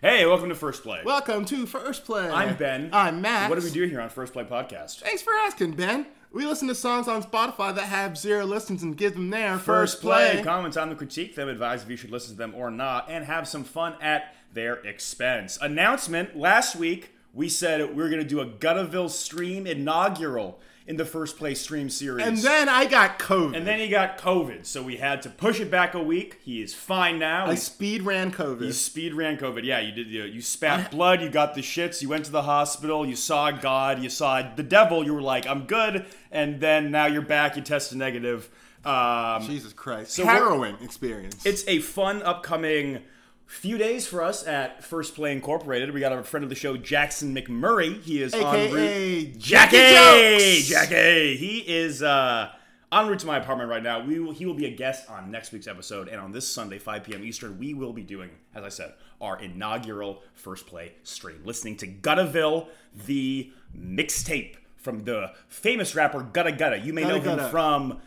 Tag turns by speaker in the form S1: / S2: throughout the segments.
S1: Hey, welcome to First Play.
S2: Welcome to First Play.
S1: I'm Ben.
S2: I'm Max.
S1: What do we do here on First Play Podcast?
S2: Thanks for asking, Ben. We listen to songs on Spotify that have zero listens and give them their
S1: Comments on them, critique them, advise if you should listen to them or not, and have some fun at their expense. Announcement last week, we said we are going to do a Guttaville stream inaugural in the First Play stream series.
S2: And then I got COVID.
S1: And then he got COVID, so we had to push it back a week. He is fine now.
S2: I
S1: He's
S2: speed ran COVID.
S1: You speed ran COVID. Yeah, you did. You, you spat blood. You got the shits. You went to the hospital. You saw God. You saw the devil. You were like, I'm good. And then now you're back. You tested negative. Um,
S2: Jesus Christ.
S1: So
S2: Harrowing experience.
S1: it's a fun upcoming few days for us at First Play Incorporated. We got our friend of the show, Jackson McMurray. He is on route.
S2: AKA Jackie
S1: Jackie,
S2: Jokes.
S1: Jackie. He is uh, en route to my apartment right now. We will, he will be a guest on next week's episode, and on this Sunday, 5 p.m. Eastern, we will be doing, as I said, our inaugural first play stream, listening to Guttaville, the mixtape from the famous rapper Gutta Gutta. You may
S2: Gutta
S1: know him
S2: Gutta.
S1: from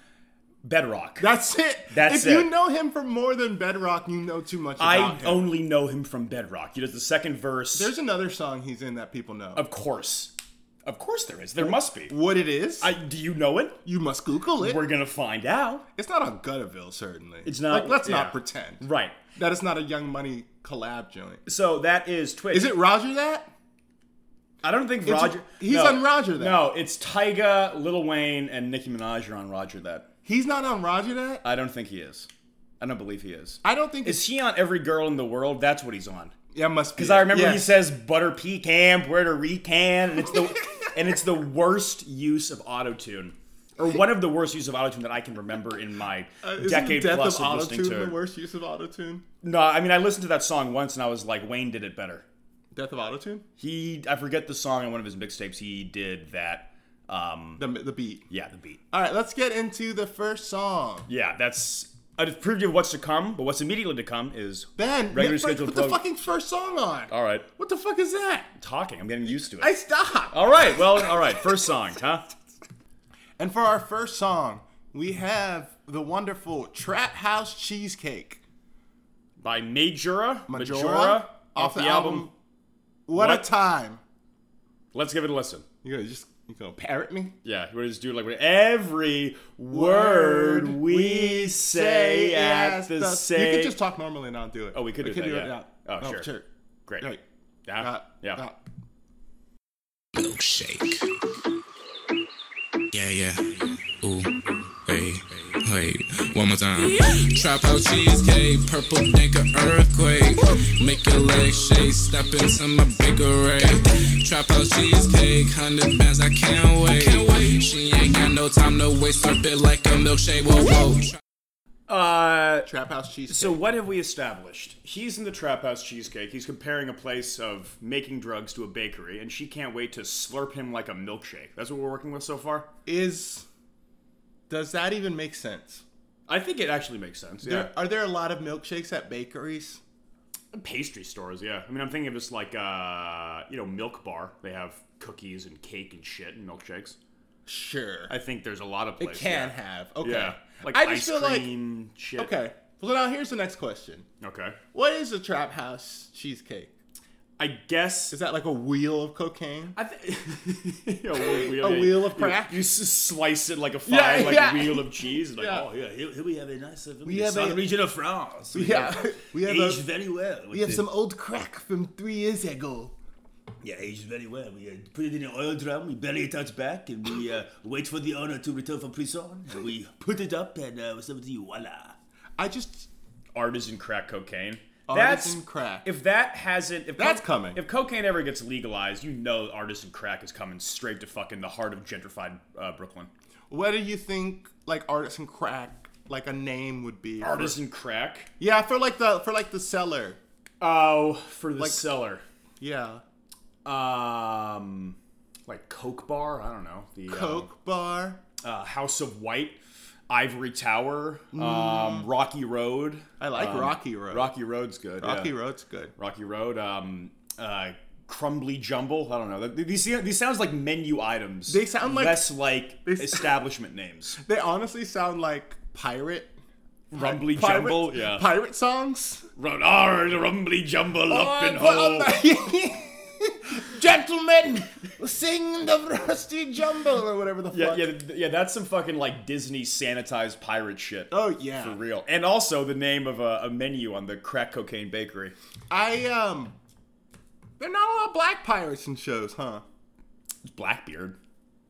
S1: Bedrock.
S2: That's it.
S1: That's
S2: if
S1: it.
S2: you know him from more than Bedrock, you know too much about
S1: I
S2: him.
S1: only know him from Bedrock. He does the second verse.
S2: There's another song he's in that people know.
S1: of course, of course, there is. There must be.
S2: what it is?
S1: I, do you know it?
S2: you must Google it.
S1: We're gonna find out.
S2: It's not on Guttaville, certainly.
S1: It's not-
S2: Like, let's
S1: yeah.
S2: not pretend.
S1: Right.
S2: That is not a Young Money collab joint.
S1: So that is Twitch.
S2: Is it Roger that?
S1: I don't think
S2: It's-
S1: Roger.
S2: he's
S1: no.
S2: on Roger that.
S1: No, it's Tyga, Lil Wayne, and Nicki Minaj are on Roger that.
S2: He's not on Roger that?
S1: I don't think he is. I don't believe he is.
S2: I don't think
S1: Is he on every girl in the world? That's what he's on.
S2: it's. Yeah, must be.
S1: Because I remember
S2: Yeah.
S1: he says butter pecan, Puerto Rican, and it's the and it's the worst use of auto tune, or one of the worst use of auto tune that I can remember in my
S2: Uh, Isn't
S1: decade
S2: death
S1: plus
S2: of
S1: of, listening
S2: autotune
S1: to.
S2: the worst use of autotune?
S1: No, I mean I listened to that song once and I was like, Wayne did it better.
S2: Death of autotune?
S1: He I forget the song on one of his mixtapes. He did that. Um,
S2: The, the beat.
S1: yeah, the beat.
S2: All right, let's get into the first song.
S1: Yeah, that's a preview of what's to come, but what's immediately to come is Regular
S2: Ben, Nick Frank,
S1: scheduled Uh,
S2: put the
S1: program.
S2: fucking first song on.
S1: all right.
S2: What the fuck is that?
S1: Talking, I'm getting used to it.
S2: I stopped.
S1: all right, well, all right. First song, huh?
S2: And for our first song, we have the wonderful Trap House Cheesecake.
S1: By Majora,
S2: Majora,
S1: Majora, off the, album.
S2: What,
S1: What?
S2: a time.
S1: Let's give it a listen.
S2: You gonna just you gonna parrot me?
S1: Yeah, we just do like every word we say at
S2: Yes,
S1: the
S2: thus-
S1: same.
S2: You could just talk normally and I'll do it.
S1: Oh, we could do that, yeah. Oh, sure. Great.
S2: Right.
S1: Yeah.
S2: Uh,
S1: yeah.
S2: uh,
S3: Shake. Yeah, yeah. Ooh. Hey, hey. One more time. Trap out cheesecake, purple nigga earthquake. Make your legs shake, step into my bakery. Trap out cheesecake, hundred bands, I can't wait. She ain't got no time to waste, slurp it like a milkshake. Whoa, whoa.
S1: Uh,
S2: Trap House Cheesecake.
S1: So what have we established? He's in the trap house cheesecake. He's comparing a place of making drugs to a bakery, and she can't wait to slurp him like a milkshake. That's what we're working with so far.
S2: is does that even make sense?
S1: I think it actually makes sense. Yeah,
S2: There, are there a lot of milkshakes at bakeries?
S1: pastry stores. Yeah, I mean, I'm thinking of just like uh, you know, Milk Bar. They have cookies and cake and shit and milkshakes.
S2: Sure.
S1: I think there's a lot of
S2: it
S1: places.
S2: can
S1: yeah.
S2: have. Okay.
S1: Yeah, like
S2: I
S1: ice
S2: just feel like
S1: cream shit.
S2: Okay. Well now here's the next question.
S1: okay.
S2: What is a trap house cheesecake?
S1: I guess
S2: Is that like a wheel of cocaine?
S1: I th- a wheel,
S2: A
S1: yeah,
S2: wheel of
S1: you-
S2: crack?
S1: You, s slice it like a fine
S2: Yeah,
S1: like
S2: yeah.
S1: wheel of cheese. and Like,
S2: Yeah.
S1: oh yeah, here, here we have a nice. Uh, we
S2: have
S1: have a
S2: a-
S1: region of France. We
S2: Yeah.
S1: have-
S2: We have
S1: aged
S2: a-
S1: very well.
S2: We have some old crack from three years ago.
S1: yeah, aged very well. We uh, put it in an oil drum. We bury it out back, and we uh, wait for the owner to return from prison. And we put it up, and uh, we serve it to you. Voila.
S2: I just
S1: Artisan crack cocaine.
S2: Artisan crack.
S1: If that hasn't, if
S2: That's coming.
S1: If cocaine ever gets legalized, you know artisan crack is coming straight to fucking the heart of gentrified uh, Brooklyn.
S2: What do you think like artisan crack like a name would be? for-
S1: Artisan crack.
S2: Yeah, for like the for like the seller.
S1: Oh, for the
S2: Like-
S1: cellar.
S2: Yeah.
S1: Um, like Coke Bar. I don't know. The um,
S2: Coke bar.
S1: uh, House of White, Ivory Tower, um, Rocky Road.
S2: Mm. I like
S1: um,
S2: Rocky Road.
S1: Rocky Road's good.
S2: Rocky
S1: yeah.
S2: Road's good.
S1: Rocky Road. Um, uh, Crumbly Jumble. I don't know. Th- These these sounds like menu items.
S2: They sound like-
S1: less like
S2: s-
S1: establishment names.
S2: They honestly sound like pirate
S1: Rumbly
S2: Pirate-
S1: jumble, yeah.
S2: Pirate songs?
S1: Run, ar, the rumbly jumble up and
S2: Oh,
S1: home.
S2: Gentlemen, sing the rusty jumble or whatever the
S1: Yeah,
S2: fuck.
S1: yeah, th- yeah. That's some fucking like Disney sanitized pirate shit.
S2: Oh yeah.
S1: for real. And also the name of a, a menu on the crack cocaine bakery.
S2: I um They're not a lot of black pirates in shows, huh?
S1: It's Blackbeard.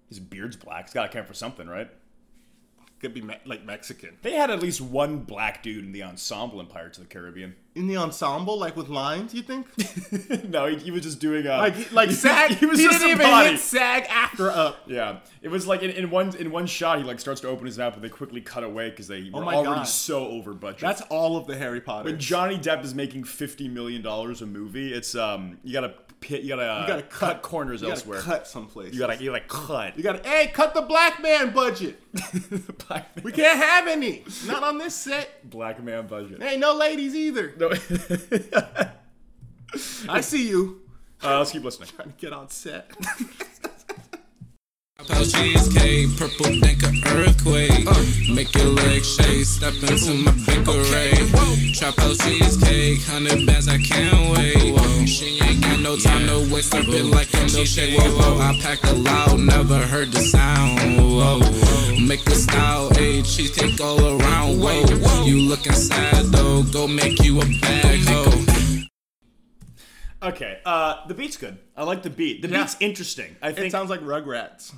S1: His beard's black. It's got to count for something, right?
S2: Could be me- like Mexican.
S1: They had at least one black dude in the ensemble in Pirates of the Caribbean.
S2: In the ensemble, like with lines, you think?
S1: no, he, he was just doing a
S2: Like like SAG
S1: He was
S2: he
S1: just
S2: didn't
S1: a
S2: even
S1: body.
S2: hit SAG after up.
S1: Yeah, it was like in, in one in one shot he like starts to open his mouth, but they quickly cut away because they were
S2: Oh my
S1: already
S2: God.
S1: so over budget.
S2: That's all of the Harry Potter.
S1: when Johnny Depp is making fifty million dollars a movie. It's um you gotta pit you gotta
S2: you gotta cut,
S1: corners
S2: you gotta
S1: elsewhere.
S2: Cut someplace.
S1: You gotta you gotta cut.
S2: You gotta hey, cut the black man budget.
S1: black, man,
S2: We can't have any. Not on this set.
S1: black man budget.
S2: Hey, no ladies either.
S1: No.
S2: I see you.
S1: Uh, let's keep listening.
S2: Trying to get on set.
S3: Pop cheesecake, purple dank a earthquake. Make your leg shake, step into my bakery. Trap out cheesecake, hundred bands, I can't wait. She ain't got no time to waste, I feel like a milkshake. Whoa, whoa, I pack a loud, never heard the sound. Whoa, make a style, a cheesecake all around. Whoa, you looking sad though, go make you a bag hoe.
S1: Okay, uh, the beat's good. I like the beat. The
S2: Yeah.
S1: beat's interesting. I think
S2: It
S1: it,
S2: sounds like Rugrats.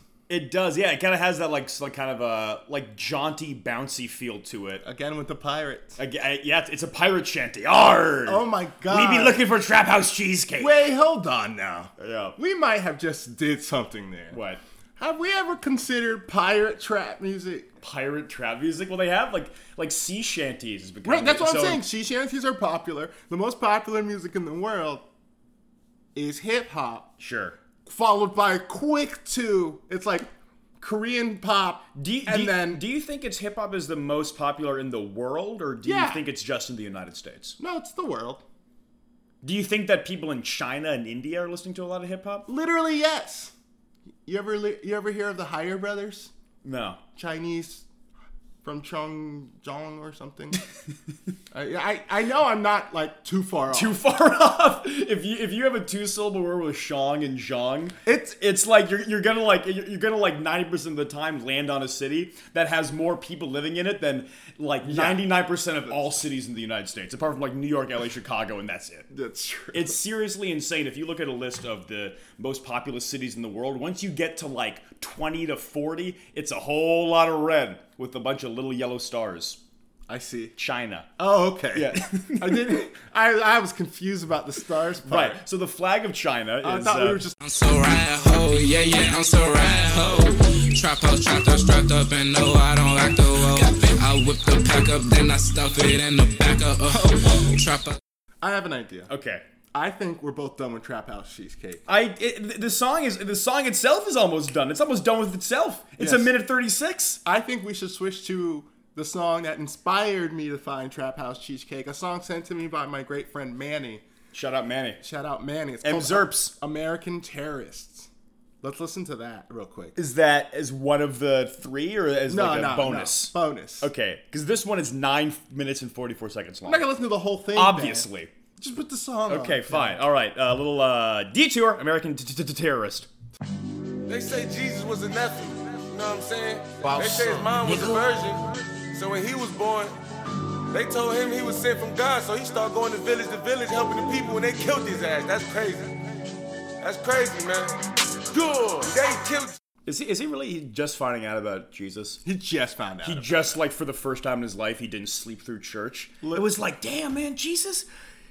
S1: does. Yeah, it kind of has that like s- like kind of a like jaunty, bouncy feel to it.
S2: Again with the pirates.
S1: I, I- uh, yeah, it's, it's a pirate shanty. Arr!
S2: Oh my god.
S1: We be looking for trap house cheesecake.
S2: Wait, hold on now.
S1: Yeah.
S2: We might have just did something there.
S1: What?
S2: Have we ever considered pirate trap music?
S1: Pirate trap music? Well, they have like like sea shanties. Is becoming
S2: Right, that's what I'm
S1: so-
S2: saying. Sea shanties are popular. The most popular music in the world is hip hop,
S1: Sure.
S2: followed by quick to it's like Korean pop,
S1: Do you,
S2: and
S1: do you-
S2: then
S1: do you think it's hip hop is the most popular in the world, or do
S2: Yeah.
S1: you think it's just in the United States?
S2: no, it's the world.
S1: Do you think that people in China and India are listening to a lot of hip hop?
S2: Literally, yes. You ever li- you ever hear of the Higher Brothers?
S1: No.
S2: Chinese from Chongjiang or something. I, I I know I'm not like too far off.
S1: too far off. If you if you have a two syllable word with shong and zhong,
S2: It's-
S1: it's like you're, you're gonna like you're, you're gonna like ninety percent of the time land on a city that has more people living in it than like ninety nine percent of all cities in the United States, apart from like New York, LA, Chicago, and that's it.
S2: That's true.
S1: It's seriously insane. If you look at a list of the most populous cities in the world, once you get to like twenty to forty, it's a whole lot of red with a bunch of little yellow stars.
S2: I see.
S1: China.
S2: Oh, okay.
S1: Yeah.
S2: I didn't. I, I was confused about the stars part.
S1: Right. So the flag of China is
S2: Oh, I thought we
S1: uh,
S2: were just
S3: I'm so rad ho, yeah, yeah, I'm so rad ho. Trap house, trapped up, strapped up, and no, I don't like the low. I whip the pack up, then I stuff it in the back of a hoe. Trap up.
S2: I have an idea.
S1: okay.
S2: I think we're both done with Trap House Cheesecake.
S1: I it, the song is the song itself is almost done. It's almost done with itself. It's a
S2: Yes.
S1: minute thirty six.
S2: I think we should switch to the song that inspired me to find Trap House Cheesecake, a song sent to me by my great friend Manny.
S1: Shut up, Manny.
S2: Shout out Manny. It's
S1: M
S2: called
S1: Zerps
S2: American Terrorists. Let's listen to that real quick.
S1: is that as one of the three or as like a bonus?
S2: No. Bonus.
S1: Okay, because this one is nine minutes and forty four seconds long.
S2: I'm not gonna listen to the whole thing. man.
S1: Obviously.
S2: Just put the song on.
S1: Okay, fine. All right, a little uh, detour. American t- t- t- terrorist.
S4: They say Jesus was a nephew. You know what I'm saying? They say his mom was a virgin. So when he was born, they told him he was sent from God. So he started going to village to village helping the people and they killed his ass. That's crazy. That's crazy, man. Good. They killed
S1: Is he is he really just finding out about Jesus?
S2: He just found out.
S1: He just like for the first time in his life, he didn't sleep through church. It was like, damn man, Jesus,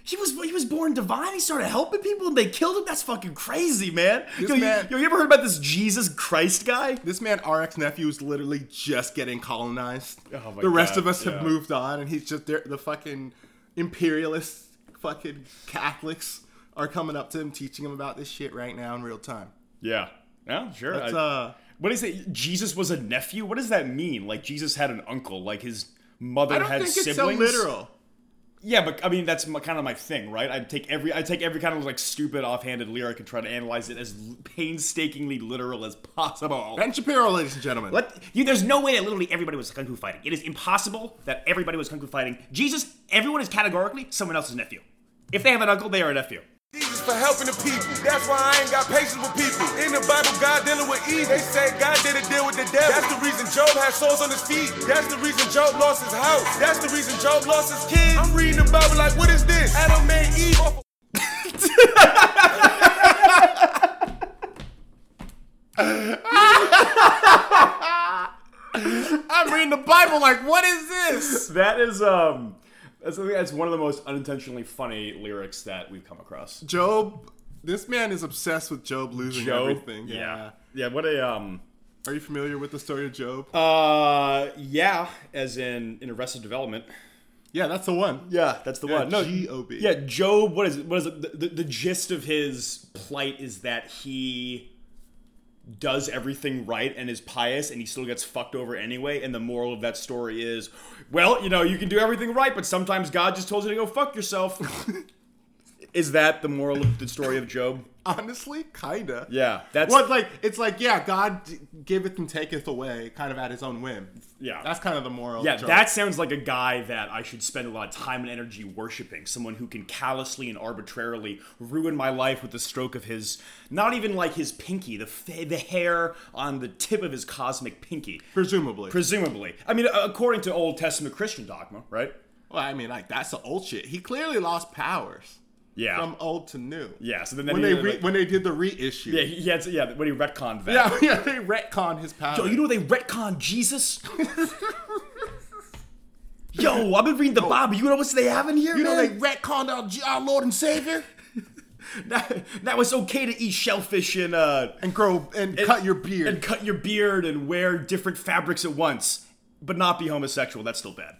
S1: he was he was born divine. He started helping people, and they killed him. That's fucking crazy, man. Yo,
S2: man-
S1: You, yo, you ever heard about this Jesus Christ guy?
S2: This man, RX nephew, is literally just getting colonized.
S1: Oh my
S2: the rest
S1: God,
S2: of us
S1: yeah.
S2: have moved on, and he's just there. The fucking imperialist fucking Catholics are coming up to him, teaching him about this shit right now in real time.
S1: Yeah, yeah, sure.
S2: That's,
S1: I-
S2: uh,
S1: what is it? Jesus was a nephew. What does that mean? Like Jesus had an uncle. Like his mother
S2: I don't
S1: had
S2: think it's so
S1: siblings.
S2: literal.
S1: Yeah, but I mean that's my, kind of my thing, right? I take every I take every kind of like stupid offhanded lyric and try to analyze it as l- painstakingly literal as possible.
S2: Ben Shapiro, ladies and gentlemen.
S1: What? You, there's no way that literally everybody was kung fu fighting. It is impossible that everybody was kung fu fighting. Jesus, everyone is categorically someone else's nephew. If they have an uncle, they are a nephew.
S4: Jesus for helping the people. That's why I ain't got patience with people. In the Bible, God dealing with Eve. They say God didn't deal with the devil. That's the reason Job had souls on his feet. That's the reason Job lost his house. That's the reason Job lost his kids. I'm reading the Bible like, what is this? Adam made Eve off of
S2: I'm reading the Bible like, what is this?
S1: That is um, that's, I think that's one of the most unintentionally funny lyrics that we've come across.
S2: Job, this man is obsessed with Job losing everything.
S1: yeah, yeah. What a um.
S2: Are you familiar with the story of Job?
S1: Uh, yeah, as in in Arrested Development.
S2: yeah, that's the one.
S1: Yeah, that's the one. No,
S2: G.O.B..
S1: Yeah, Job. What is it? What is it? The, the, the gist of his plight is that he does everything right and is pious, and he still gets fucked over anyway. And the moral of that story is, well, you know, you can do everything right, but sometimes God just told you to go fuck yourself. is that the moral of the story of Job?
S2: Honestly, kinda.
S1: Yeah, that's
S2: Well, it's like it's like yeah, God d- giveth and taketh away, kind of at His own whim.
S1: Yeah.
S2: that's kind of the moral.
S1: Yeah,
S2: of Job.
S1: that sounds like a guy that I should spend a lot of time and energy worshiping. Someone who can callously and arbitrarily ruin my life with the stroke of his, not even like his pinky, the fa- the hair on the tip of his cosmic pinky.
S2: presumably.
S1: Presumably, I mean, a- according to Old Testament Christian dogma, right?
S2: well, I mean, like that's the old shit. He clearly lost powers
S1: Yeah,
S2: from old to new.
S1: yeah. So then, then
S2: When
S1: he,
S2: they re- when they did the reissue.
S1: yeah, he, he had to- yeah, when he retconned that.
S2: yeah, yeah, they retconned his powers.
S1: Yo, you know they retcon Jesus. Yo, I've been reading the Bible. You know what they have in here?
S2: You know
S1: man?
S2: they retconned our, G- our Lord and Savior
S1: now, now it's okay to eat shellfish and uh
S2: and grow and, cut your beard.
S1: and cut your beard and wear different fabrics at once, but not be homosexual. That's still bad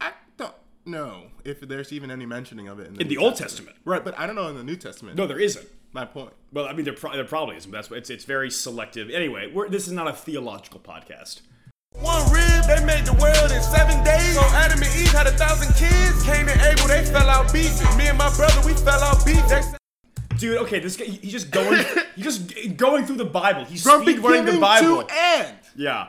S2: I don't know if there's even any mentioning of it in the,
S1: in the
S2: New
S1: Old Testament.
S2: Right, but I don't know in the New Testament.
S1: No, there isn't.
S2: my point.
S1: Well, I mean, there, pro- there probably isn't. but That's why it's it's very selective. Anyway, we're, this is not a theological podcast.
S4: one rib. They made the world in seven days. So Adam and Eve had a thousand kids. Cain and Abel, they fell out beefing. Me and my brother, we fell out beefing. They said-
S1: Dude, okay, this guy he- he's just going he's just g- going through the Bible. He's
S2: From
S1: speed running the
S2: beginning
S1: Bible.
S2: to end.
S1: Yeah,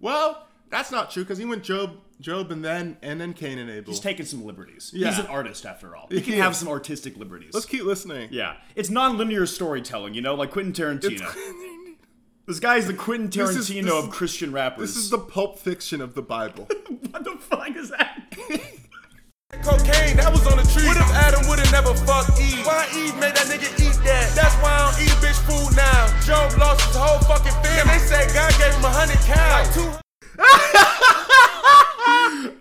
S2: Well, that's not true because he went Job, Job, and then and then Cain and Abel.
S1: he's taking some liberties.
S2: Yeah.
S1: He's an artist after all. He can
S2: Yeah.
S1: have some artistic liberties.
S2: Let's keep listening.
S1: yeah, it's non-linear storytelling, you know, like Quentin Tarantino. This guy is the Quentin Tarantino
S2: This is- this is-
S1: of Christian rappers.
S2: This is the Pulp Fiction of the Bible.
S1: what the fuck is that?
S4: Cocaine, that was on the tree. What if Adam would've never fucked Eve? Why Eve made that nigga eat that? That's why I don't eat bitch food now. Job lost his whole fucking family. They said God gave him a hundred cows. Like two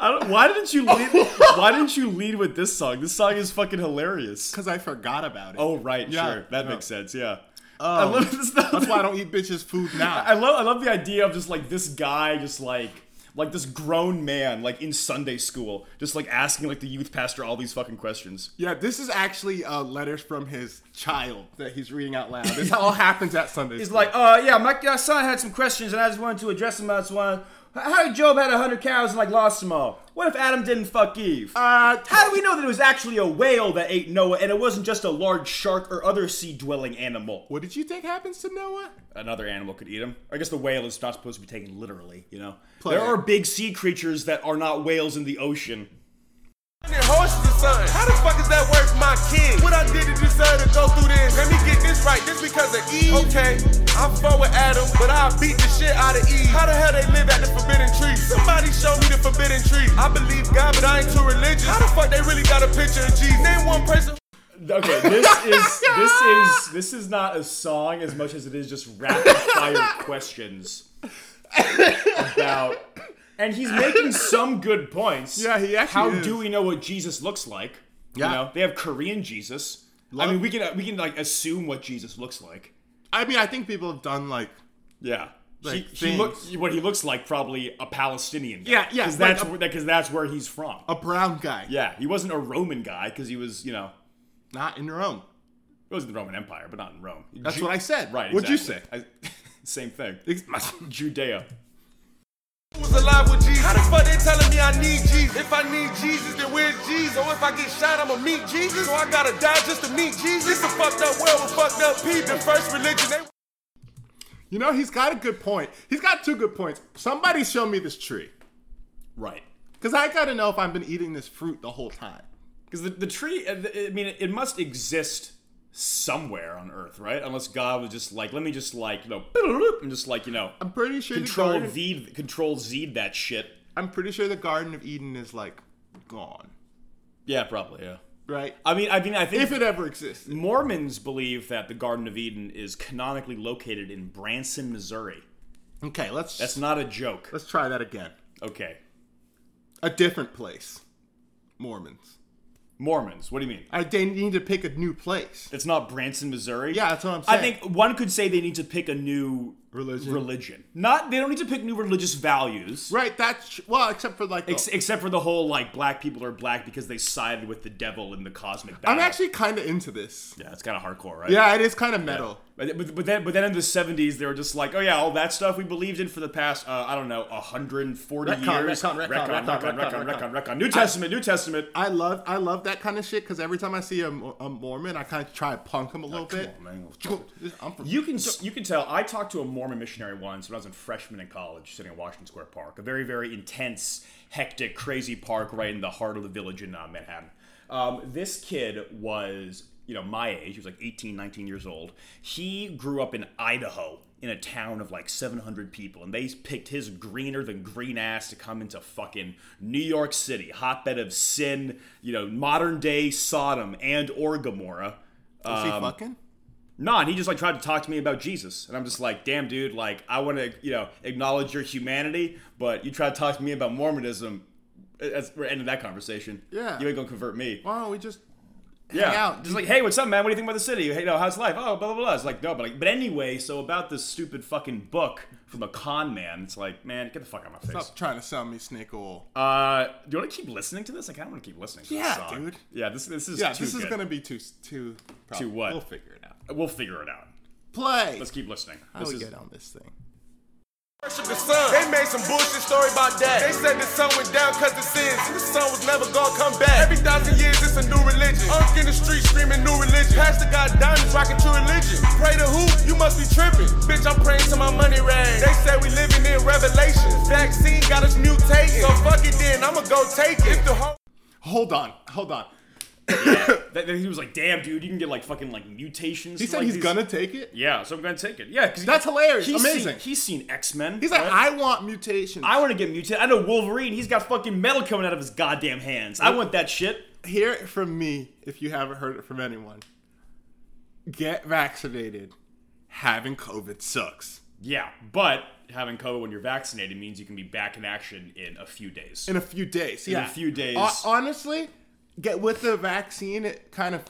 S1: I don't, why didn't you lead? why didn't you lead with this song? This song is fucking hilarious.
S2: Because I forgot about it.
S1: Oh right,
S2: Yeah,
S1: sure, that
S2: no.
S1: makes sense. Yeah, I love this.
S2: That's why I don't eat bitches' food now.
S1: I love I love the idea of just like this guy just like like this grown man like in Sunday school just like asking like the youth pastor all these fucking questions.
S2: yeah, this is actually uh, letters from his child that he's reading out loud. This all happens at Sunday.
S1: He's
S2: school.
S1: like, uh, yeah, my uh, son had some questions and I just wanted to address them. I just wanted, how did Job had hundred cows and like lost them all? What if Adam didn't fuck Eve?
S2: uh,
S1: How do we know that it was actually a whale that ate Noah and it wasn't just a large shark or other sea dwelling animal?
S2: what did you think happens to Noah?
S1: Another animal could eat him. I guess the whale is not supposed to be taken literally, you know?
S2: Play
S1: There
S2: it.
S1: are big sea creatures that are not whales in the ocean.
S4: hundred horses or something. How the fuck is that worth my kid? What I did to deserve to go through this? Let me get this right. This because of Eve. Okay, I fought with Adam, but I beat the shit out of Eve. How the hell they live at the forbidden tree? Somebody show me the forbidden tree. I believe God, but I ain't too religious. How the fuck they really got a picture of Jesus? Name one person.
S1: Okay, this is this is this is not a song as much as it is just rapid fire questions about and he's making some good points.
S2: Yeah, he actually
S1: How
S2: is.
S1: do we know what Jesus looks like?
S2: Yeah.
S1: You know, they have Korean Jesus. I mean, we can we can like assume what Jesus looks like.
S2: I mean, I think people have done like
S1: Yeah.
S2: Like
S1: he, he look,
S2: things.
S1: what he looks like probably a Palestinian guy.
S2: Yeah, yeah,
S1: Because
S2: like
S1: that's,
S2: a-
S1: where- that- 'cause that's where he's from.
S2: a brown guy,
S1: yeah, he wasn't a Roman guy because he was, you know,
S2: not in Rome.
S1: It was in the Roman Empire, but not in Rome.
S2: That's what I said.
S1: Right.
S2: What'd you
S1: exactly. I, same thing.
S2: Ex-
S1: Judea.
S4: was alive with Jesus. How the fuck they telling me I need Jesus? If I need Jesus, then where's Jesus? Or if I get shot, I'ma meet Jesus. So I gotta die just to meet Jesus. This a fucked up world with fucked up people. The first religion they
S2: You know, he's got a good point. He's got two good points. Somebody show me this tree.
S1: Right.
S2: Because I got to know if I've been eating this fruit the whole time.
S1: Because the, the tree, uh, the- I mean, it, it must exist somewhere on Earth, right? Unless God was just like, let me just like, you know, boop, and just like, you know,
S2: I'm pretty sure the
S1: control
S2: garden,
S1: V, control Z that shit.
S2: I'm pretty sure the Garden of Eden is like gone,
S1: Yeah, probably, yeah.
S2: right?
S1: I mean, I mean, I think
S2: If it ever existed.
S1: Mormons believe that the Garden of Eden is canonically located in Branson, Missouri.
S2: Okay, let's
S1: That's not a joke.
S2: let's try that again.
S1: Okay.
S2: A different place. Mormons.
S1: Mormons, what do you mean?
S2: I, they need to pick a new place.
S1: It's not Branson, Missouri.
S2: Yeah, that's what I'm
S1: I
S2: saying.
S1: think one could say they need to pick a new
S2: Religion.
S1: Religion. Not they don't need to pick new religious values.
S2: right. That's tr- well, except for like. the-
S1: Ex- except for the whole like black people are black because they sided with the devil in the cosmic battle.
S2: I'm actually kind of into this.
S1: yeah, it's kind of hardcore, right?
S2: Yeah, it is kind of metal.
S1: But, but, but then but then in the 70s they were just like, oh yeah, all that stuff we believed in for the past uh, I don't know 140
S2: Retcon,
S1: years.
S2: retcon, retcon,
S1: Retcon,
S2: retcon,
S1: retcon,
S2: retcon,
S1: retcon,
S2: retcon.
S1: retcon. New Testament, New Testament.
S2: I love I love that kind of shit because every time I see a, Mo- a Mormon, I kind of try to punk him a little
S1: come
S2: bit.
S1: on, man.
S2: I'm from
S1: You can you can tell. I talked to a Mormon missionary once when I was a freshman in college, sitting in Washington Square Park, a very very intense, hectic, crazy park right in the heart of the village in uh, Manhattan. Um, this kid was you know my age. He was like 18, 19 years old. He grew up in Idaho in a town of like 700 people and they picked his greener than green ass to come into fucking New York City, hotbed of sin, you know, modern day Sodom and or Gomorrah.
S2: Is
S1: Um,
S2: he fucking?
S1: Nah, and he just like tried to talk to me about Jesus, and I'm just like, damn, dude, like I want to, you know, acknowledge your humanity, but you try to talk to me about Mormonism. That's we're ending that conversation.
S2: Yeah.
S1: you ain't gonna convert me.
S2: Why don't we just
S1: yeah,
S2: out.
S1: just like, hey, what's up, man? What do you think about the city? Hey, no, how's life? Oh, blah blah blah. It's like, no, but like, but anyway, so about this stupid fucking book from a con man. It's like, man, get the fuck out of my face.
S2: stop trying to sell me snake oil?
S1: Uh, do you want to keep listening to this? I kind of want to keep listening. to
S2: Yeah,
S1: this song.
S2: dude.
S1: Yeah, this this is
S2: yeah,
S1: too
S2: this is
S1: good.
S2: gonna be too too prob-
S1: Too what?
S2: We'll figure it out.
S1: We'll figure it out.
S2: Play.
S1: Let's keep listening.
S2: How
S1: This
S2: we
S1: is
S2: get on this thing?
S4: worship the sun. They made some bullshit story about that. They said the sun went down cause the sins. The sun was never gonna come back. Every thousand years it's a new religion. Unk in the street screaming new religion. Pastor got diamonds rocking true religion. Pray to who? You must be tripping. Bitch, I'm praying to my money rain. They said we living in revelation. Vaccine got us mutating. So fuck it then, I'ma go take it. If the whole
S2: Hold on, hold on.
S1: That, that he was like, "Damn, dude, you can get like fucking like mutations."
S2: He
S1: to,
S2: said
S1: like,
S2: he's
S1: these-
S2: gonna take it.
S1: Yeah, so I'm gonna take it. Yeah, because
S2: That's hilarious.
S1: He's
S2: Amazing.
S1: Seen, he's seen X Men.
S2: He's like, I want mutations.
S1: I want to get mutated. I know Wolverine. He's got fucking metal coming out of his goddamn hands. I want that shit.
S2: hear it from me if you haven't heard it from anyone. Get vaccinated. Having COVID sucks.
S1: Yeah, but having COVID when you're vaccinated means you can be back in action in a few days.
S2: In a few days.
S1: a
S2: yeah.
S1: few days.
S2: Ho- honestly, get with the vaccine. It kind of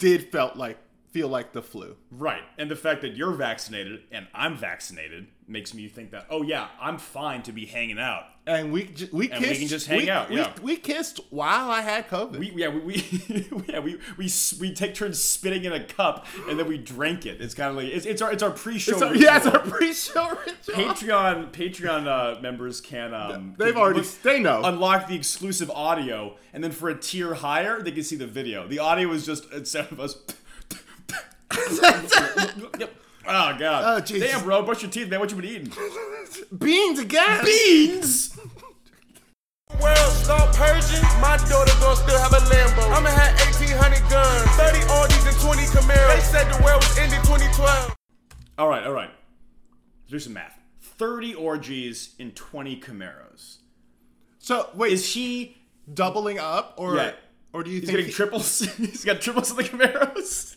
S2: did felt like feel like the flu.
S1: right, and the fact that you're vaccinated and I'm vaccinated makes me think that oh yeah, I'm fine to be hanging out.
S2: And we j- we
S1: And we
S2: kissed.
S1: can just hang out,
S2: We,
S1: yeah.
S2: we kissed while I had COVID.
S1: We yeah we, we yeah we, we s- we take turns spitting in a cup and then we drank it. It's kind of like it's, it's our it's our pre-show.
S2: so,
S1: ritual.
S2: yeah, it's our pre-show ritual.
S1: Patreon Patreon uh, members can um,
S2: They've
S1: can
S2: already-
S1: look-
S2: they know.
S1: unlock the exclusive audio, and then for a tier higher, they can see the video. The audio is just a sound of us. Yep. Oh god!
S2: Oh, Jesus.
S1: Damn, bro, brush your teeth, man. What you been eating?
S2: Beans again.
S1: Beans.
S4: world start purging, my daughter gon' still have a Lambo. I'ma have 1800 guns, 30 Audis and 20 Camaros. They said the world was ending 2012.
S1: All right, all right. Do some math. Thirty orgies in twenty Camaros.
S2: So wait,
S1: Is he?
S2: doubling up or
S1: Yeah.
S2: or do you
S1: He's
S2: think
S1: getting triples. he's got triples in the Camaros.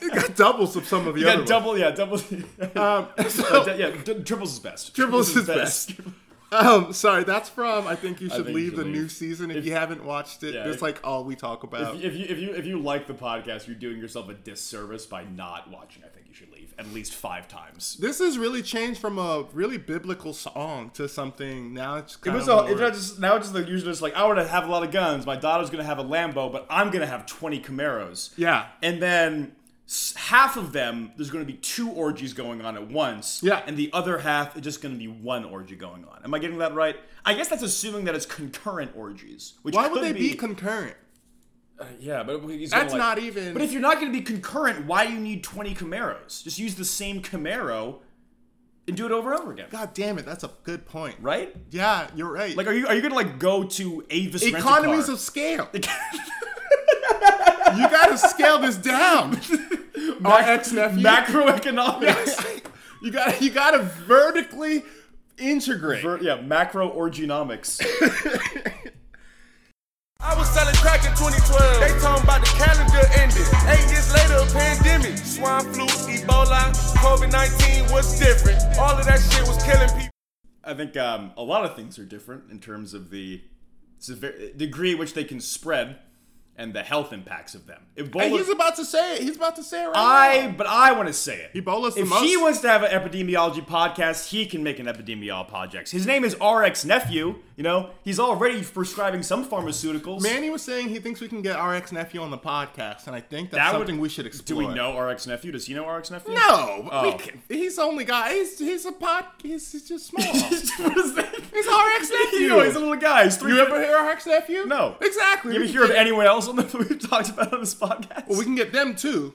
S2: he got doubles of some of the
S1: He
S2: other
S1: got double. Yeah, double.
S2: ones? Um, so-
S1: yeah, yeah, d- triples is best.
S2: Triples is Um, sorry, that's from. I think you should
S1: think you
S2: leave
S1: should
S2: the
S1: leave.
S2: new season if, you haven't watched it.
S1: yeah,
S2: that's
S1: if-
S2: like all we talk about.
S1: If, if you if you if you like the podcast, you're doing yourself a disservice by not watching. I think you should leave at least five times.
S2: this has really changed from a really biblical song to something now. It's
S1: It
S2: kind
S1: was
S2: of
S1: all, it's not just now it's just the usual. It's like I want to have a lot of guns. My daughter's gonna have a Lambo, but I'm gonna have 20 Camaros.
S2: yeah.
S1: and then s- half of them there's going to be two orgies going on at once.
S2: Yeah.
S1: And the other half is just going to be one orgy going on. Am I getting that right? I guess that's assuming that it's concurrent orgies. Which
S2: Why would
S1: could
S2: they be,
S1: be Uh,
S2: concurrent?
S1: Yeah, but he's
S2: That's
S1: gonna, like-
S2: not even.
S1: But if you're not going to be concurrent, why do you need 20 Camaros? Just use the same Camaro and do it over and over again,
S2: God damn it, that's a good point.
S1: right?
S2: Yeah, you're right.
S1: Like, are you are you going to like go to Avis
S2: economies of
S1: rent
S2: scale. you gotta scale this down. Our ex nephew.
S1: macroeconomics?
S2: you gotta you gotta vertically integrate.
S1: Ver- yeah, macro orgenomics.
S4: I was selling crack in 2012. They talking about the calendar ended. Eight years later, a pandemic. Swine flu, Ebola, COVID 19 was different. All of that shit was killing people.
S1: I think um, a lot of things are different in terms of the sever- degree at which they can spread and the health impacts of them. Ebola.
S2: and he's about to say it. He's about to say it right
S1: I
S2: now.
S1: but I want to say it.
S2: Ebola's the
S1: if
S2: most-
S1: he wants to have an epidemiology podcast, he can make an epidemiology podcast. His name is RX Nephew. You know he's already prescribing some pharmaceuticals.
S2: Manny was saying he thinks we can get RX nephew on the podcast, and I think that's
S1: that would-
S2: something we should
S1: Do
S2: explore.
S1: we know RX Nephew? Does he know RX Nephew?
S2: No, but
S1: Oh.
S2: we can, he's only got he's he's a pod he's, he's just small.
S1: what is that?
S2: He's RX
S1: You
S2: nephew.
S1: know, he's a little guy. He's three.
S2: you ever hear RX nephew?
S1: No.
S2: exactly.
S1: You ever
S2: We
S1: hear of
S2: can get-
S1: anyone else on the we've talked about on this podcast?
S2: Well, we can get them too.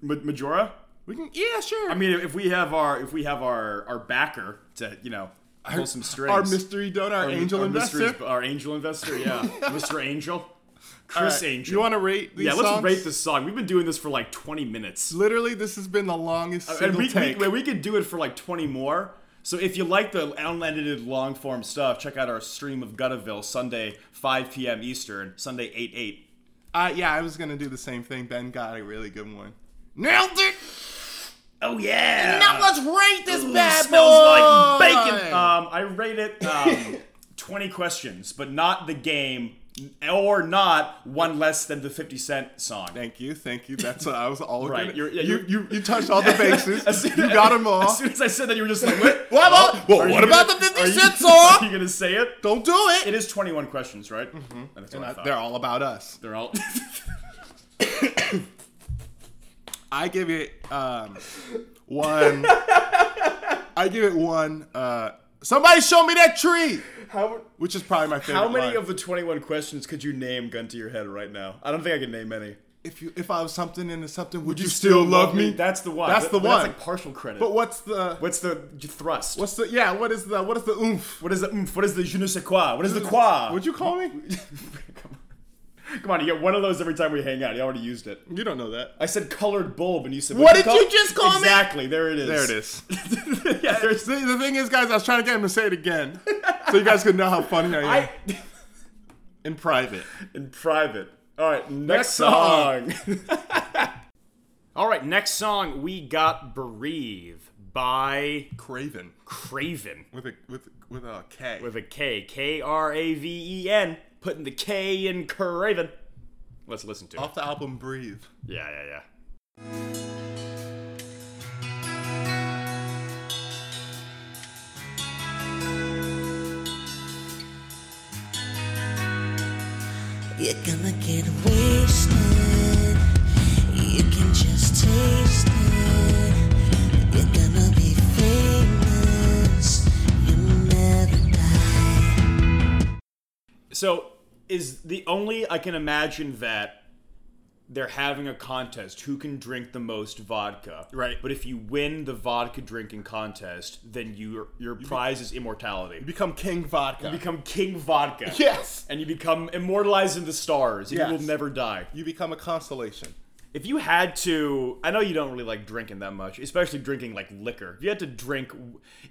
S1: Ma- Majora.
S2: We can, yeah, sure.
S1: I mean, if we have our if we have our our backer to you know pull some strings.
S2: our mystery donor, our, angel
S1: our
S2: investor.
S1: mysteries- our angel investor, yeah, Mr. Angel, Chris
S2: Alright,
S1: Angel.
S2: Uh, You want to rate these
S1: yeah, let's
S2: songs?
S1: rate this song. We've been doing this for like 20 minutes,
S2: Literally, this has been the longest
S1: Uh, and
S2: single
S1: we, we
S2: take.
S1: we could do it for like 20 more. So if you like the unedited long form stuff, check out our stream of Guttaville Sunday 5 p.m. Eastern, Sunday 8 8.
S2: Uh, yeah, I was gonna do the same thing. Ben got a really good one. Nailed it.
S1: Oh yeah!
S2: now let's rate this
S1: Ooh,
S2: bad
S1: smells
S2: boy.
S1: like bacon. Um, I rate it um, 20 questions, but not the game, or not one less than the 50 Cent song.
S2: Thank you, thank you. That's what I was all
S1: Right,
S2: Gonna,
S1: you're- yeah,
S2: you,
S1: you're-
S2: you you touched all the bases.
S1: As soon-
S2: you got them all.
S1: As soon as I said that, you were just like, "What? Oh,
S2: Well, well, well,
S1: Are you
S2: what about
S1: gonna-
S2: the 50
S1: are you-
S2: cent song?
S1: Are you gonna say it?
S2: Don't do it.
S1: It is 21 questions, right? Mm-hmm. That's what I thought.
S2: They're all about us.
S1: They're all.
S2: I give it um, one. I give it one. Uh, somebody show me that tree,
S1: how
S2: which is probably my favorite.
S1: how many
S2: line.
S1: of the 21 questions could you name gun to your head right now? I don't think I can name any.
S2: if you if I was something into something, would, you, still, love me?
S1: That's the one.
S2: That's
S1: That-
S2: the
S1: but
S2: one.
S1: That's like partial credit.
S2: but what's the
S1: what's the thrust?
S2: what's the yeah? What is the what is the oomph?
S1: what is the oomph? What is the je ne sais quoi? What is the quoi?
S2: Would you call me?
S1: Come on. Come on, you get one of those every time we hang out. You already used it.
S2: You don't know that.
S1: I said colored bulb, and you said
S2: What did
S1: col-
S2: you just call me?
S1: Exactly. There it is.
S2: There it is.
S1: is. yeah, there's.
S2: See, the thing is, guys, I was trying to get him to say it again, so you guys could know how funny I am
S1: I
S2: in private.
S1: in private. All right, next
S2: song.
S1: song. All right, next song we got "Bereave" by
S2: Craven
S1: Craven
S2: with a with with a K.
S1: with a K, K R A V E N, putting the K in Craven. Let's listen to it.
S2: off the album Breathe.
S1: Yeah, yeah, yeah.
S5: You're gonna get wasted. You can just taste it. You're gonna be famous. You'll never die.
S1: So is the only I can imagine that they're having a contest who can drink the most vodka.
S2: Right.
S1: But if you win the vodka drinking contest, then your your prize is immortality.
S2: You become King Vodka.
S1: You become King Vodka.
S2: yes.
S1: And you become immortalized in the stars. And
S2: Yes.
S1: you will never die.
S2: You become a constellation.
S1: If you had to, I know you don't really like drinking that much, especially drinking like liquor. If you had to drink,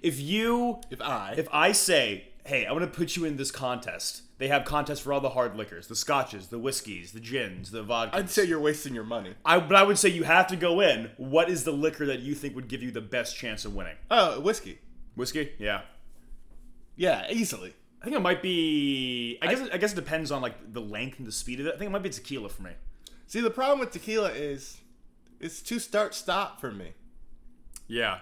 S1: if you,
S2: If I-
S1: if I say, hey, I'm gonna put you in this contest. They have contests for all the hard liquors, the scotches, the whiskeys, the gins, the vodka.
S2: I'd say you're wasting your money.
S1: I, but I would say you have to go in. What is the liquor that you think would give you the best chance of winning?
S2: Oh, whiskey.
S1: Whiskey? Yeah.
S2: Yeah, easily.
S1: I think it might be. I guess. I, guess it depends on like the length and the speed of it. I think it might be tequila for me.
S2: See, the problem with tequila is it's too start stop for me.
S1: Yeah.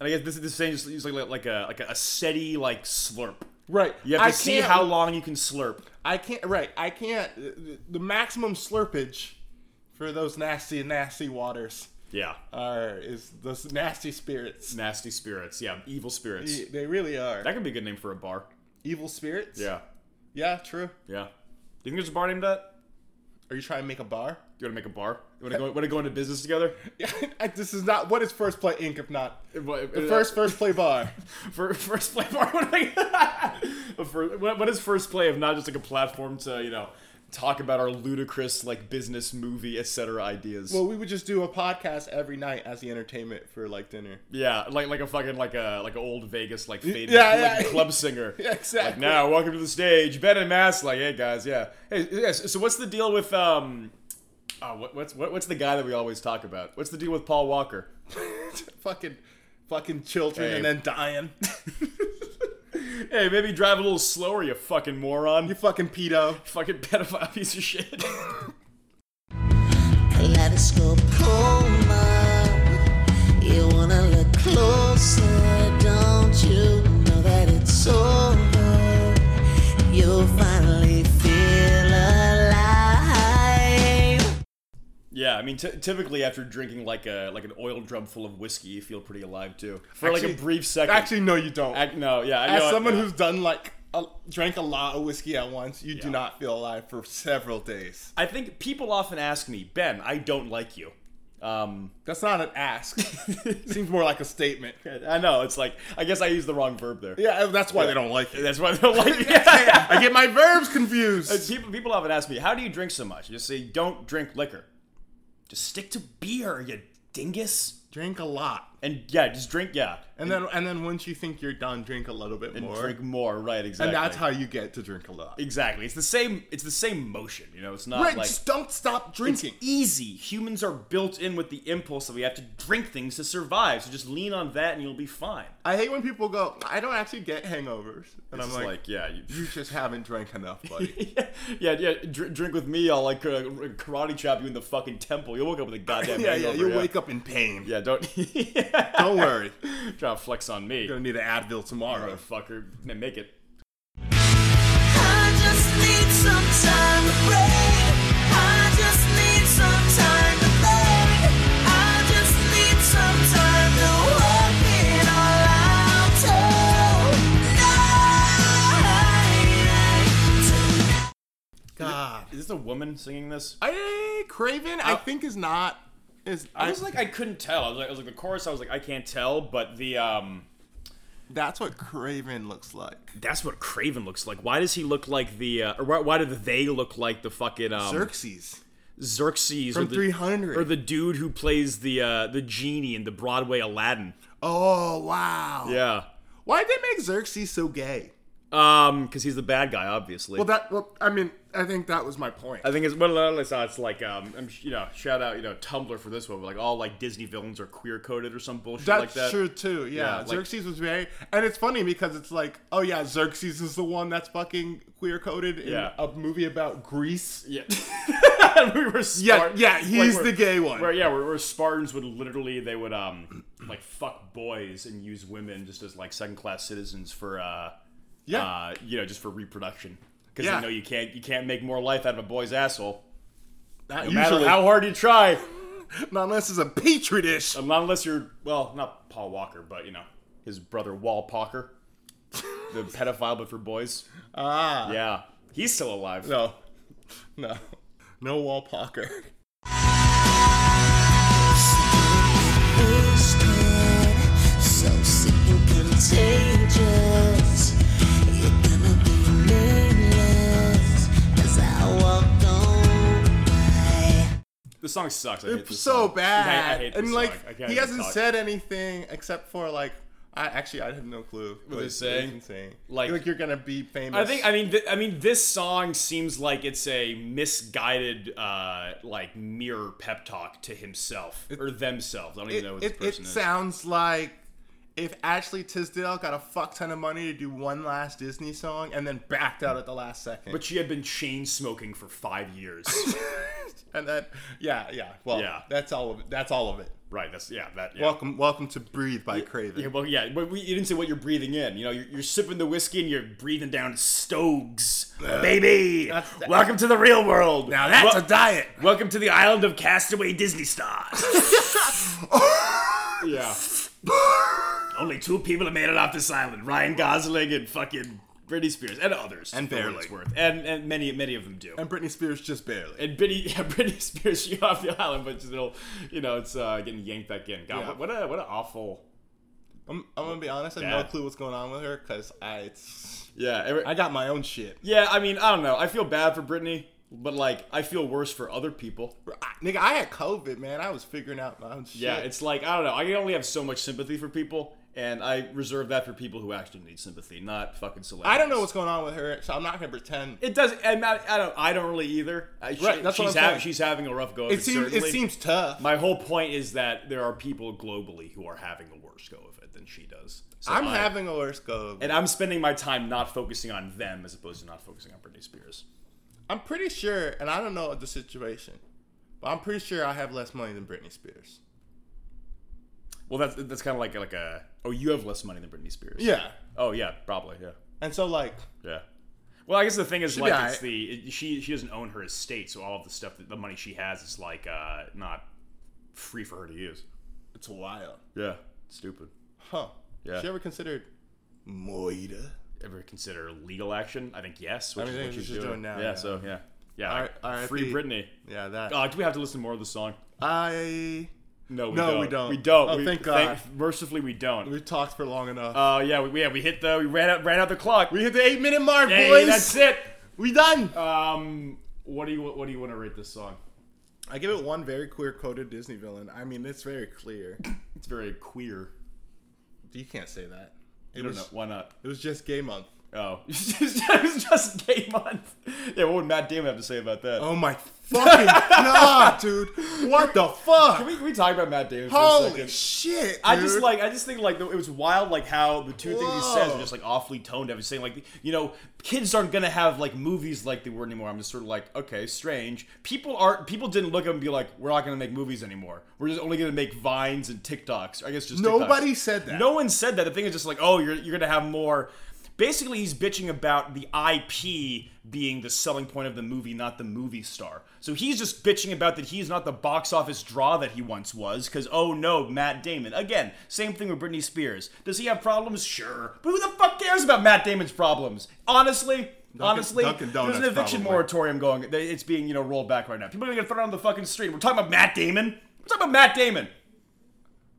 S1: And I guess this is the same. Just use like like a like a, a steady like slurp.
S2: Right.
S1: You have to see how long you can slurp.
S2: I can't. Right. I can't. The maximum uh, slurpage for those nasty, nasty waters.
S1: Yeah.
S2: Are is those nasty spirits?
S1: Nasty spirits. Yeah. Evil spirits.
S2: They they really are
S1: That could be a good name for a bar.
S2: evil spirits.
S1: Yeah.
S2: yeah, true.
S1: Yeah. Do you think there's a bar named that?
S2: Are you trying to make a bar?
S1: Do you want to make a bar? You want to go, want to go into business together?
S2: Yeah, I- this is not what is first play Inc. If not
S1: The
S2: first first play bar.
S1: For, first play bar. What, am I- For- what- what is first play if not just like a platform to you know talk about our ludicrous like business movie etc ideas?
S2: Well, we would just do a podcast every night as the entertainment for like dinner.
S1: yeah, like like a fucking like a like an old Vegas like faded
S2: Yeah, yeah.
S1: like, club singer.
S2: Yeah, exactly.
S1: Like now, welcome to the stage, Ben and Mass. Like, hey guys, yeah, hey, yeah. So, so what's the deal with um? Uh, what, what's what, what's the guy that we always talk about? What's the deal with Paul Walker?
S2: fucking, fucking children
S1: Hey.
S2: and then dying.
S1: Hey, maybe drive a little slower, you fucking moron.
S2: you
S1: You
S2: fucking pedo.
S1: fucking pedophile piece of shit.
S5: Kaleidoscope coma. You wanna look closer, don't you know that it's over? You'll finally feel alive.
S1: yeah, I mean, t- typically after drinking like a like an oil drum full of whiskey, you feel pretty alive too for like a
S2: Actually-
S1: brief second.
S2: Actually, no, you don't.
S1: Ac- no, yeah, I
S2: as
S1: know-
S2: someone
S1: yeah.
S2: who's done like a, drank a lot of whiskey at once, you do
S1: Yeah.
S2: not feel alive for several days.
S1: I think people often ask me, Ben, I don't like you. Um,
S2: That's not an ask. Seems more like a statement.
S1: I know it's like I guess I used the wrong verb there.
S2: Yeah, that's why they don't like it.
S1: That's why they don't like me.
S2: I get my verbs confused.
S1: Uh, people, people often ask me, how do you drink so much? You just say, don't drink liquor. Just stick to beer, you dingus.
S2: Drink a lot,
S1: And yeah, just drink, yeah.
S2: and then and then once you think you're done, drink a little bit
S1: And
S2: more,
S1: drink more, right, exactly.
S2: and that's how you get to drink a lot.
S1: Exactly. It's the same it's the same motion, you know, it's not
S2: Right,
S1: like
S2: just don't stop
S1: it's e-
S2: drinking.
S1: easy. Humans are built in with the impulse that we have to drink things to survive. So just lean on that and you'll be fine.
S2: I hate when people go, I don't actually get hangovers, and
S1: It's
S2: I'm like,
S1: yeah, you,
S2: you just haven't drank enough, buddy.
S1: yeah, yeah, yeah. Dr- drink with me. I'll like uh, karate chop you in the fucking temple. You'll wake up with a goddamn
S2: yeah, yeah,
S1: hangover,
S2: you'll wake up in pain.
S1: Yeah, don't.
S2: Don't worry, you're
S1: Try to flex on me,
S2: gonna need an Advil tomorrow.
S1: motherfucker. Man, make it.
S5: I just need some time to break. I just need some time to think. I just need some time to walk it all out tonight.
S2: God,
S1: Is this a woman singing this?
S2: I Craven, I think is not is.
S1: I was like, I couldn't tell. I was like, I was like the chorus. I was like, I can't tell. But the um,
S2: that's what Craven looks like.
S1: that's what Craven looks like. Why does he look like the? Uh, or why, why do they look like the fucking um,
S2: Xerxes.
S1: Xerxes
S2: From
S1: or the,
S2: 300.
S1: or the dude who plays the uh, the genie in the Broadway Aladdin?
S2: Oh wow.
S1: Yeah.
S2: Why'd they make Xerxes so gay?
S1: Um, because he's the bad guy, obviously.
S2: Well, that. Well, I mean, I think that was my point.
S1: I think it's well, it's not. It's like um, I'm, you know, shout out, you know, Tumblr for this one. But like all like Disney villains are queer coded or some bullshit
S2: That's
S1: like that.
S2: true too. Yeah,
S1: Yeah, like-
S2: Xerxes was very, and it's funny because it's like, oh yeah, Xerxes is the one that's fucking queer coded in
S1: Yeah.
S2: a movie about Greece.
S1: Yeah, we were. Spart-
S2: yeah, he's
S1: we're-
S2: the gay one.
S1: Where yeah, where, where Spartans would literally they would um like fuck boys and use women just as like second class citizens for uh
S2: Yeah.
S1: uh, you know just for reproduction because
S2: Yeah.
S1: they know you can't you can't make more life out of a boy's asshole
S2: Not
S1: no
S2: usually,
S1: matter how hard you try
S2: not unless it's a petri dish.
S1: Um, Not unless you're, well, not Paul Walker, but, you know, his brother Wall Pocker. the pedophile, but for boys.
S2: Ah,
S1: Yeah. He's still alive.
S2: no, no, no wall pocker.
S5: So sick and contagious. You're gonna be nameless as I walk on by.
S1: The song sucks. I hate
S2: It's
S1: this
S2: so
S1: song. I, I
S2: bad.
S1: hate this
S2: and like,
S1: song. I can't
S2: he
S1: even
S2: hasn't
S1: talk.
S2: said anything except for like, I actually I have no clue what,
S1: they're
S2: he's
S1: saying?
S2: saying.
S1: Like-
S2: like you're gonna be famous.
S1: I think I mean th- I mean this song seems like it's a misguided uh like mirror pep talk to himself or themselves. I don't even know who
S2: it,
S1: this
S2: it- it
S1: person is.
S2: sounds like if Ashley Tisdale got a fuck ton of money to do one last Disney song and then backed out at the last second.
S1: but she had been chain smoking for five years.
S2: and then yeah, yeah. Well,
S1: Yeah.
S2: that's all of it. That's all of it.
S1: Right. That's yeah. That. Yeah.
S2: Welcome, welcome to Breathe by Craven.
S1: yeah, well, yeah, but we, you didn't say what you're breathing in. You know, you're, you're sipping the whiskey and you're breathing down Stogs, baby.
S2: That's-
S1: Welcome to the real world.
S2: Now that's a diet.
S1: Welcome to the island of castaway Disney stars.
S2: Yeah.
S1: Only two people have made it off this island: Ryan Gosling and fucking Britney Spears, and others,
S2: And
S1: for what
S2: barely.
S1: it's worth. and and many many of them do.
S2: And Britney Spears just barely.
S1: and Britney, yeah, Britney Spears, she off the island, but she's little, you know, it's uh, getting yanked back in. God,
S2: Yeah.
S1: what, what a what an awful.
S2: I'm, I'm gonna be honest. I have
S1: Yeah.
S2: no clue what's going on with her because I it's,
S1: Yeah, every-
S2: I got my own shit.
S1: yeah. I mean, I don't know. I feel bad for Britney, but like, I feel worse for other people.
S2: I- nigga, I had COVID, man. I was figuring out my own shit.
S1: Yeah, it's like I don't know. I can only have so much sympathy for people, and I reserve that for people who actually need sympathy, not fucking celebrities.
S2: I don't know what's going on with her, so I'm not gonna pretend.
S1: It does. I'm not, I don't. I don't really either. I, she-
S2: Right, that's what
S1: she's
S2: I'm
S1: hav-
S2: saying.
S1: She's having a rough go. Of
S2: It seems it
S1: certainly.
S2: seems tough.
S1: My whole point is that there are people globally who are having a worse go of it than she does. So
S2: I'm
S1: I-
S2: having a worse go.
S1: and I'm spending my time not focusing on them as opposed to not focusing on Britney Spears.
S2: I'm pretty sure, and I don't know the situation, but I'm pretty sure I have less money than Britney Spears.
S1: Well, that's that's kind of like like a oh you have less money than Britney Spears.
S2: Yeah,
S1: Oh yeah, probably yeah
S2: and so like,
S1: yeah. Well, I guess the thing is
S2: She'll be
S1: like it's
S2: alright.
S1: the it, she she doesn't own her estate, so all of the stuff that the money she has is like uh not free for her to use.
S2: it's wild,
S1: Yeah, stupid.
S2: huh?
S1: Yeah.
S2: She ever considered Moida?
S1: Ever consider legal action? I think yes. Which
S2: I
S1: is
S2: mean,
S1: what
S2: she's
S1: she's
S2: just
S1: doing.
S2: doing now,
S1: Yeah,
S2: yeah.
S1: So yeah, yeah.
S2: R-
S1: like,
S2: RIP.
S1: free Britney.
S2: Yeah, that.
S1: Uh, do we have to listen to more of the song?
S2: I
S1: No, we
S2: No,
S1: don't.
S2: we don't.
S1: We don't.
S2: Oh,
S1: we,
S2: thank God.
S1: mercifully, we don't.
S2: we talked for long enough.
S1: Oh yeah, we yeah we hit the we ran out ran out the clock.
S2: we Uh, hit the eight minute mark,
S1: Hey,
S2: boys.
S1: that's it.
S2: We done.
S1: Um, what do you what do you want to rate this song?
S2: I give it one very queer coded Disney villain. I mean, it's very clear.
S1: It's very queer.
S2: You can't say that.
S1: I
S2: It
S1: don't
S2: was,
S1: know why not.
S2: it was just gay month.
S1: Oh, it was just gay month. Yeah, what would Matt Damon have to say about that?
S2: Oh my fucking god, dude! What the fuck?
S1: Can we can we talk about Matt Damon for a
S2: Holy
S1: second?
S2: shit!
S1: I just
S2: dude.
S1: like I just think like it was wild like how the two things he
S2: Whoa.
S1: says are just like awfully tone deaf. He's saying like you know kids aren't gonna have like movies like they were anymore. I'm just sort of like okay, strange. People aren't people didn't look at him and be like we're not gonna make movies anymore. We're just only gonna make vines and TikToks. I guess just TikToks.
S2: Nobody said that.
S1: No one said that. The thing is just like oh you're you're gonna have more. Basically, he's bitching about the IP being the selling point of the movie, not the movie star. So he's just bitching about that he's not the box office draw that he once was, because oh no, Matt Damon. Again, same thing with Britney Spears. Does he have problems? Sure. But who the fuck cares about Matt Damon's problems? Honestly, honestly,
S2: Dunkin' Donuts,
S1: there's an eviction
S2: probably.
S1: moratorium going. that It's being, you know, rolled back right now. People are gonna throw it on the fucking street. We're talking about Matt Damon. We're talking about Matt Damon.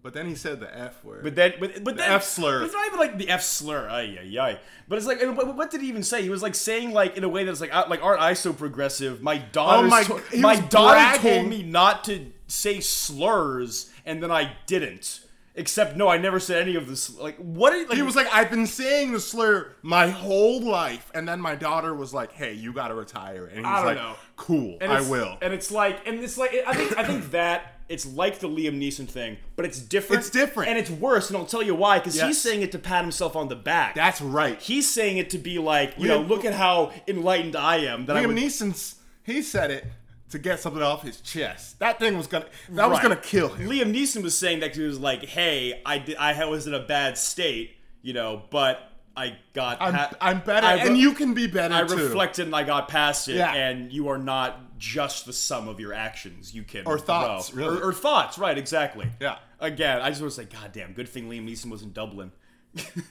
S2: But then he said the F word.
S1: But then, but, but then,
S2: F slur.
S1: It's not even like the F slur. Ay, ay, ay. But it's like, and what, what did he even say? He was like saying like in a way that's like, uh, like aren't I so progressive? My daughter,
S2: Oh my-
S1: to-
S2: he
S1: my
S2: was
S1: daughter told
S2: bragging.
S1: me not to say slurs, and then I didn't. Except no, I never said any of this. Like what? Are, you- like,
S2: he was like, I've been saying the slur my whole life. And then my daughter was like, hey, you gotta retire. And he's
S1: I don't
S2: like,
S1: know.
S2: cool,
S1: And
S2: I
S1: it's-
S2: will.
S1: And it's like, and it's like, I think, I think that it's like the Liam Neeson thing, but it's different.
S2: It's different.
S1: and it's worse. And I'll tell you why, because he's
S2: Yes.
S1: saying it to pat himself on the back.
S2: That's right.
S1: He's saying it to be like, you know,
S2: Liam-
S1: look at how enlightened I am. That I
S2: Liam
S1: would,
S2: Neeson's, he said it to get something off his chest. That thing was gonna, that was
S1: Right.
S2: gonna kill him.
S1: Liam Neeson was saying that 'cause he was like, hey, I did, I was in a bad state, you know, but I got.
S2: I'm,
S1: pa-
S2: I'm better,
S1: I re-
S2: and you can be better
S1: I
S2: too.
S1: reflected and I got past it,
S2: Yeah.
S1: and you are not just the sum of your actions. You can
S2: Or thoughts,
S1: grow.
S2: really.
S1: or, or thoughts, right? Exactly.
S2: Yeah.
S1: Again, I just want to say, God damn, good thing Liam Neeson was in Dublin.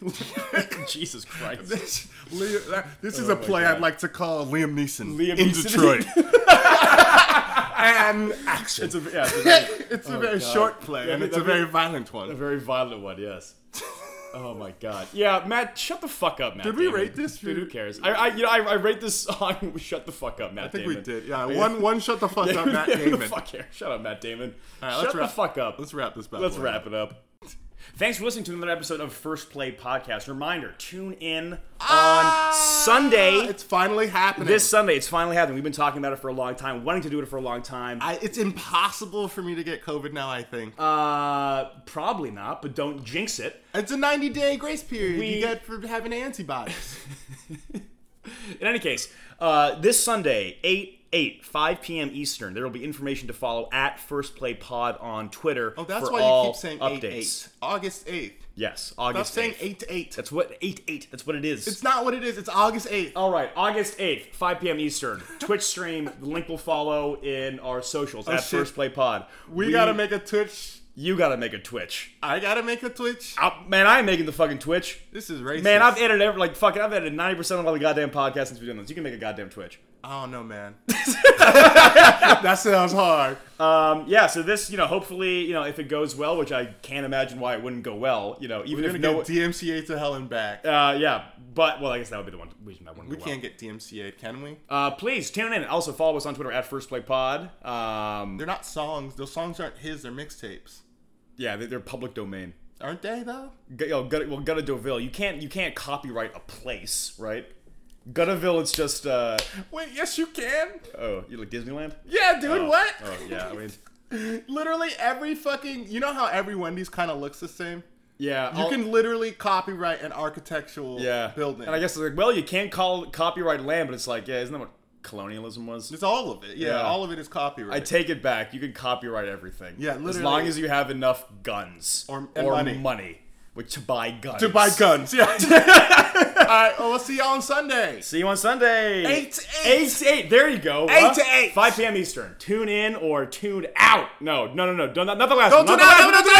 S1: Jesus Christ.
S2: This, Liam- that- this is a play I'd like to call Liam Neeson
S1: Oh Liam
S2: in
S1: Neeson.
S2: Detroit. and action.
S1: It's a, yeah, it's a very, Oh,
S2: it's a very
S1: God.
S2: short play,
S1: Yeah,
S2: and
S1: I
S2: it's a
S1: mean-
S2: very violent one.
S1: a very violent one, yes. Oh my god. Yeah, Matt, shut the fuck up, Matt.
S2: Did we
S1: Damon.
S2: rate this?
S1: Dude, who cares? I, I, you know, I, I rate this song. Shut the fuck up, Matt.
S2: I think
S1: Damon.
S2: we did. Yeah, one one shut the fuck up, Matt
S1: Who the
S2: Damon.
S1: fuck cares? Shut up, Matt Damon.
S2: right,
S1: shut
S2: let's
S1: the
S2: wrap-
S1: fuck up.
S2: Let's wrap this back.
S1: Let's wrap it up. Thanks for listening to another episode of First Play Podcast. Reminder: tune in on Sunday.
S2: Ah, It's finally happening.
S1: This Sunday, it's finally happening. We've been talking about it for a long time, wanting to do it for a long time.
S2: I, it's impossible for me to get COVID now. I think
S1: Uh, probably not, but don't jinx it.
S2: it's a 90 day grace period
S1: we-
S2: you get for having antibodies.
S1: In any case, uh, this Sunday, 8 8, 5 p.m. Eastern. There will be information to follow at First Play Pod on Twitter.
S2: Oh, that's
S1: for
S2: why
S1: all
S2: you keep saying
S1: updates.
S2: 8 8. August 8th.
S1: Yes,
S2: Stop
S1: August
S2: saying
S1: 8th.
S2: 8 to 8.
S1: That's what 8 8. That's what it is.
S2: It's not what it is. It's August 8th.
S1: all right, August 8th, 5 p.m. Eastern. Twitch stream. The link will follow in our socials at
S2: Oh, shit.
S1: First Play Pod.
S2: We, gotta make a Twitch.
S1: You gotta make a Twitch.
S2: I gotta make a Twitch.
S1: I- man, I ain't making the fucking Twitch.
S2: This is racist.
S1: Man, I've edited every, like fucking. I've edited ninety percent of all the goddamn podcasts since we've done this. You can make a goddamn Twitch.
S2: I don't know, man. that sounds hard.
S1: Um, yeah. So this, you know, hopefully, you know, if it goes well, which I can't imagine why it wouldn't go well. You know, even
S2: We're
S1: if
S2: gonna
S1: no,
S2: get DMCA to hell and back.
S1: uh, yeah. But well, I guess that would be the one reason that wouldn't.
S2: we
S1: go
S2: can't get DMCA, can we?
S1: Well. Uh, please tune in. Also follow us on Twitter at First Play Pod. Um,
S2: They're not songs. Those songs aren't his. They're mixtapes,
S1: yeah, they- they're public domain.
S2: aren't they? Though.
S1: Gu- you know, Gu- well, Guttaville, you can't you can't copyright a place, right? Guttaville, it's just uh,
S2: Wait, yes, you can.
S1: oh, you like Disneyland?
S2: Yeah, dude.
S1: Oh,
S2: what?
S1: Oh, yeah. I mean,
S2: literally every fucking. You know how every Wendy's kind of looks the same.
S1: yeah.
S2: You
S1: I'll-
S2: can literally copyright an architectural
S1: yeah.
S2: building.
S1: And I guess it's like, well, you can't call copyright land, but it's like, yeah, isn't that what colonialism was?
S2: it's all of it. Yeah,
S1: Yeah.
S2: all of it is copyright.
S1: I take it back. You can copyright everything.
S2: Yeah,
S1: As
S2: literally.
S1: long as you have enough guns
S2: Or- and money.
S1: which to buy guns.
S2: to buy guns. Yeah. all right. Well, we'll see y'all on Sunday.
S1: See you on Sunday.
S2: Eight to
S1: Eight
S2: eight.
S1: to eight. There you go.
S2: Eight
S1: Huh?
S2: to eight.
S1: Five p.m. Eastern. Tune in or tune out. No, no, no, no. Don't, not the last one.
S2: Don't do
S1: Not the last
S2: that.
S1: one.
S2: Don't do that.